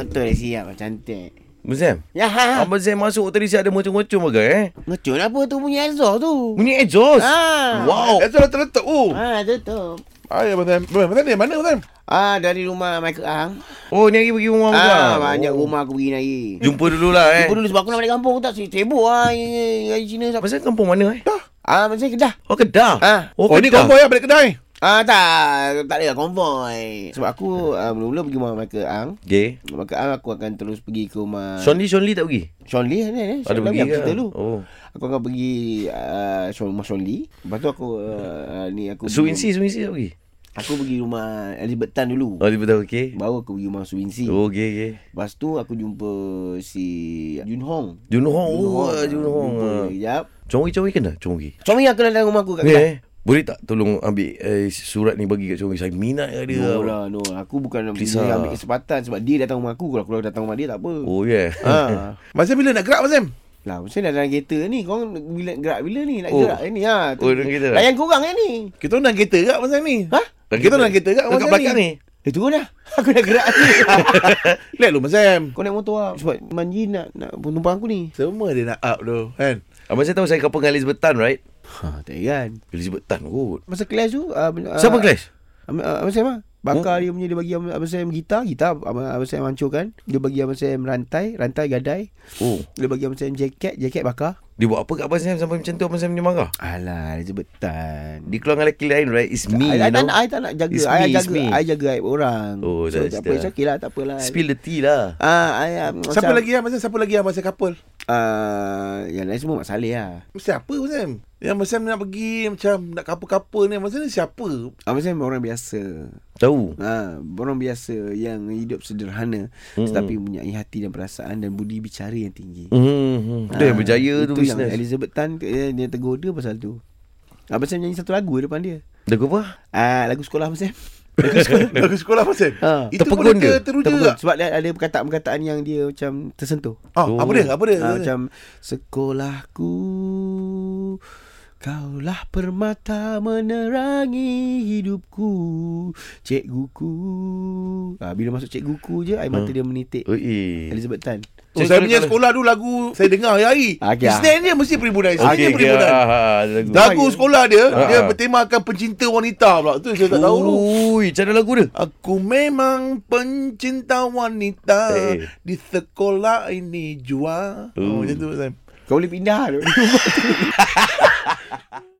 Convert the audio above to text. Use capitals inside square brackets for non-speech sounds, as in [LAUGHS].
betul lah, dia siap macam cantik. Muzam. Ya ha. ha. Abang Zain masuk tadi saya ada mocong-mocong bagai eh. Ngecun apa tu bunyi Azor tu? Bunyi exhaust. Ah. Wow. Ezra terletak. Oh. Ha tu tu. Ayah Abang Zain. Abang Zain ni mana Abang Zain? Ah dari rumah Michael Ang. Oh, ni hari pergi rumah Ah abang. banyak Oh. rumah aku pergi nari. Jumpa dululah eh. Jumpa dulu sebab aku nak balik kampung aku tak se- sibuk ah hari Cina sampai. Pasal kampung mana eh? Ah macam Kedah. Oh, Kedah. Ah. Oh, oh ni konvoy ya balik kedai. Ah tak tak ada konvoi. Sebab aku ah, mula-mula pergi rumah Michael Ang. Okay. Maka Ang aku akan terus pergi ke rumah Sean Lee, Sean Lee tak pergi? Sean Lee kan eh. Ada pergi ke? Kita dulu. Oh. Aku akan pergi uh, Sean, rumah Sean Lee. Lepas tu aku uh, ni aku Suinsi, Suinsi tak pergi? Aku pergi rumah Elizabeth Tan dulu. Oh, dia betul, okay. Baru aku pergi rumah Suwinsi. Oh. Oh, okay, okay. Lepas tu aku jumpa si Jun Hong. Jun Hong. Oh, ah, Jun Hong. Jumpa ah. Sekejap. Chongi, Chongi kena? Chongi. Suami aku datang rumah aku kat Ni Kedah. eh. Boleh tak tolong ambil eh, surat ni bagi kat Chongi? Saya minat kat dia. No lah, no. Aku bukan nak Please pergi lah. ambil kesempatan sebab dia datang rumah aku. Kalau aku datang rumah dia tak apa. Oh, [LAUGHS] yeah. Ha. Abang Zain bila nak gerak Abang Zain? Lah, mesti dah dalam kereta ni. Kau bila gerak bila ni? Nak Oh. gerak ni ha. Oh, dalam kereta. Layan korang eh ni. Kita orang dalam kereta gerak Abang Zain ni. Ha? Kita orang dalam kereta gerak Abang Dekat Zain belakang ni. Eh turun dah. [LAUGHS] Aku nak gerak ni. [LAUGHS] Lihat lu Abang Zain. Kau naik motor lah. Sebab Manji nak nak penumpang aku ni. Semua dia nak up tu kan. Abang saya tahu saya couple dengan Elizabeth Tan, right? Ha, tak kan. Elizabeth Tan kot. Masa kelas tu. Uh, Ah. Siapa Clash? Abang, Abang Sam lah Hmm? Bakar dia punya Dia bagi Abang, Abang Sam gitar Gitar Abang, Abang Sam hancurkan Dia bagi Abang Sam rantai Rantai gadai Oh. Dia bagi Abang Sam jaket Jaket bakar Dia buat apa kat Abang Sam sampai macam tu Abang Sam dia marah? Alah Dia sebetan Dia keluar dengan lelaki lain, right? It's me, I, I, tak, you nak- know? I tak nak jaga It's I me, it's jaga me. I jaga aib orang Oh, So that's tak apa the- It's okay lah Tak apa lah Spill the tea lah. Ah, I, um, Siapa lagi Abang Zain? Siapa lagi Abang Zain couple? Uh, yang lain semua Mak Saleh lah Siapa Abang Zain? Yang Abang Zain nak pergi macam nak couple-couple ni Abang Zain ni siapa? Abang Sam orang biasa Tahu. ha, Orang biasa Yang hidup sederhana Mm-mm. Tetapi mempunyai hati dan perasaan Dan budi bicara yang tinggi Hmm, dia Ah, berjaya tu Itu yang bisnes. Elizabeth Tan eh, Dia tegur dia pasal tu Abang Sam nyanyi satu lagu depan dia Dah apa? Ah, Lagu sekolah Abang Sam [LAUGHS] Lagu sekolah Abang Zain? Ah. Ha, Itu Terpegun pun dia dia. teruja Terpegun. tak? Sebab dia ada perkataan-perkataan yang dia macam tersentuh Ah, Oh. apa dia? Apa dia? ah, Macam Sekolahku Kaulah permata menerangi hidupku Cikguku ah, Bila masuk cikguku je Air mata Ah. dia menitik Oi. lah. Elizabeth Tan Oh, saya punya sekolah dulu lagu saya dengar hari-hari. Okey, Okay, ah. Isnin dia mesti perhimpunan. Okey, Isnin okay, dia okay, perhimpunan. ah, ah, ada lagu. Lagu sekolah dia, Ah, ah. dia Oh. bertemakan pencinta wanita pula. Tu yang saya tak tahu tu. Ui, macam mana lagu dia? Aku memang pencinta wanita Eh. di sekolah ini jua. Oh, macam tu Sam. Kau boleh pindah tu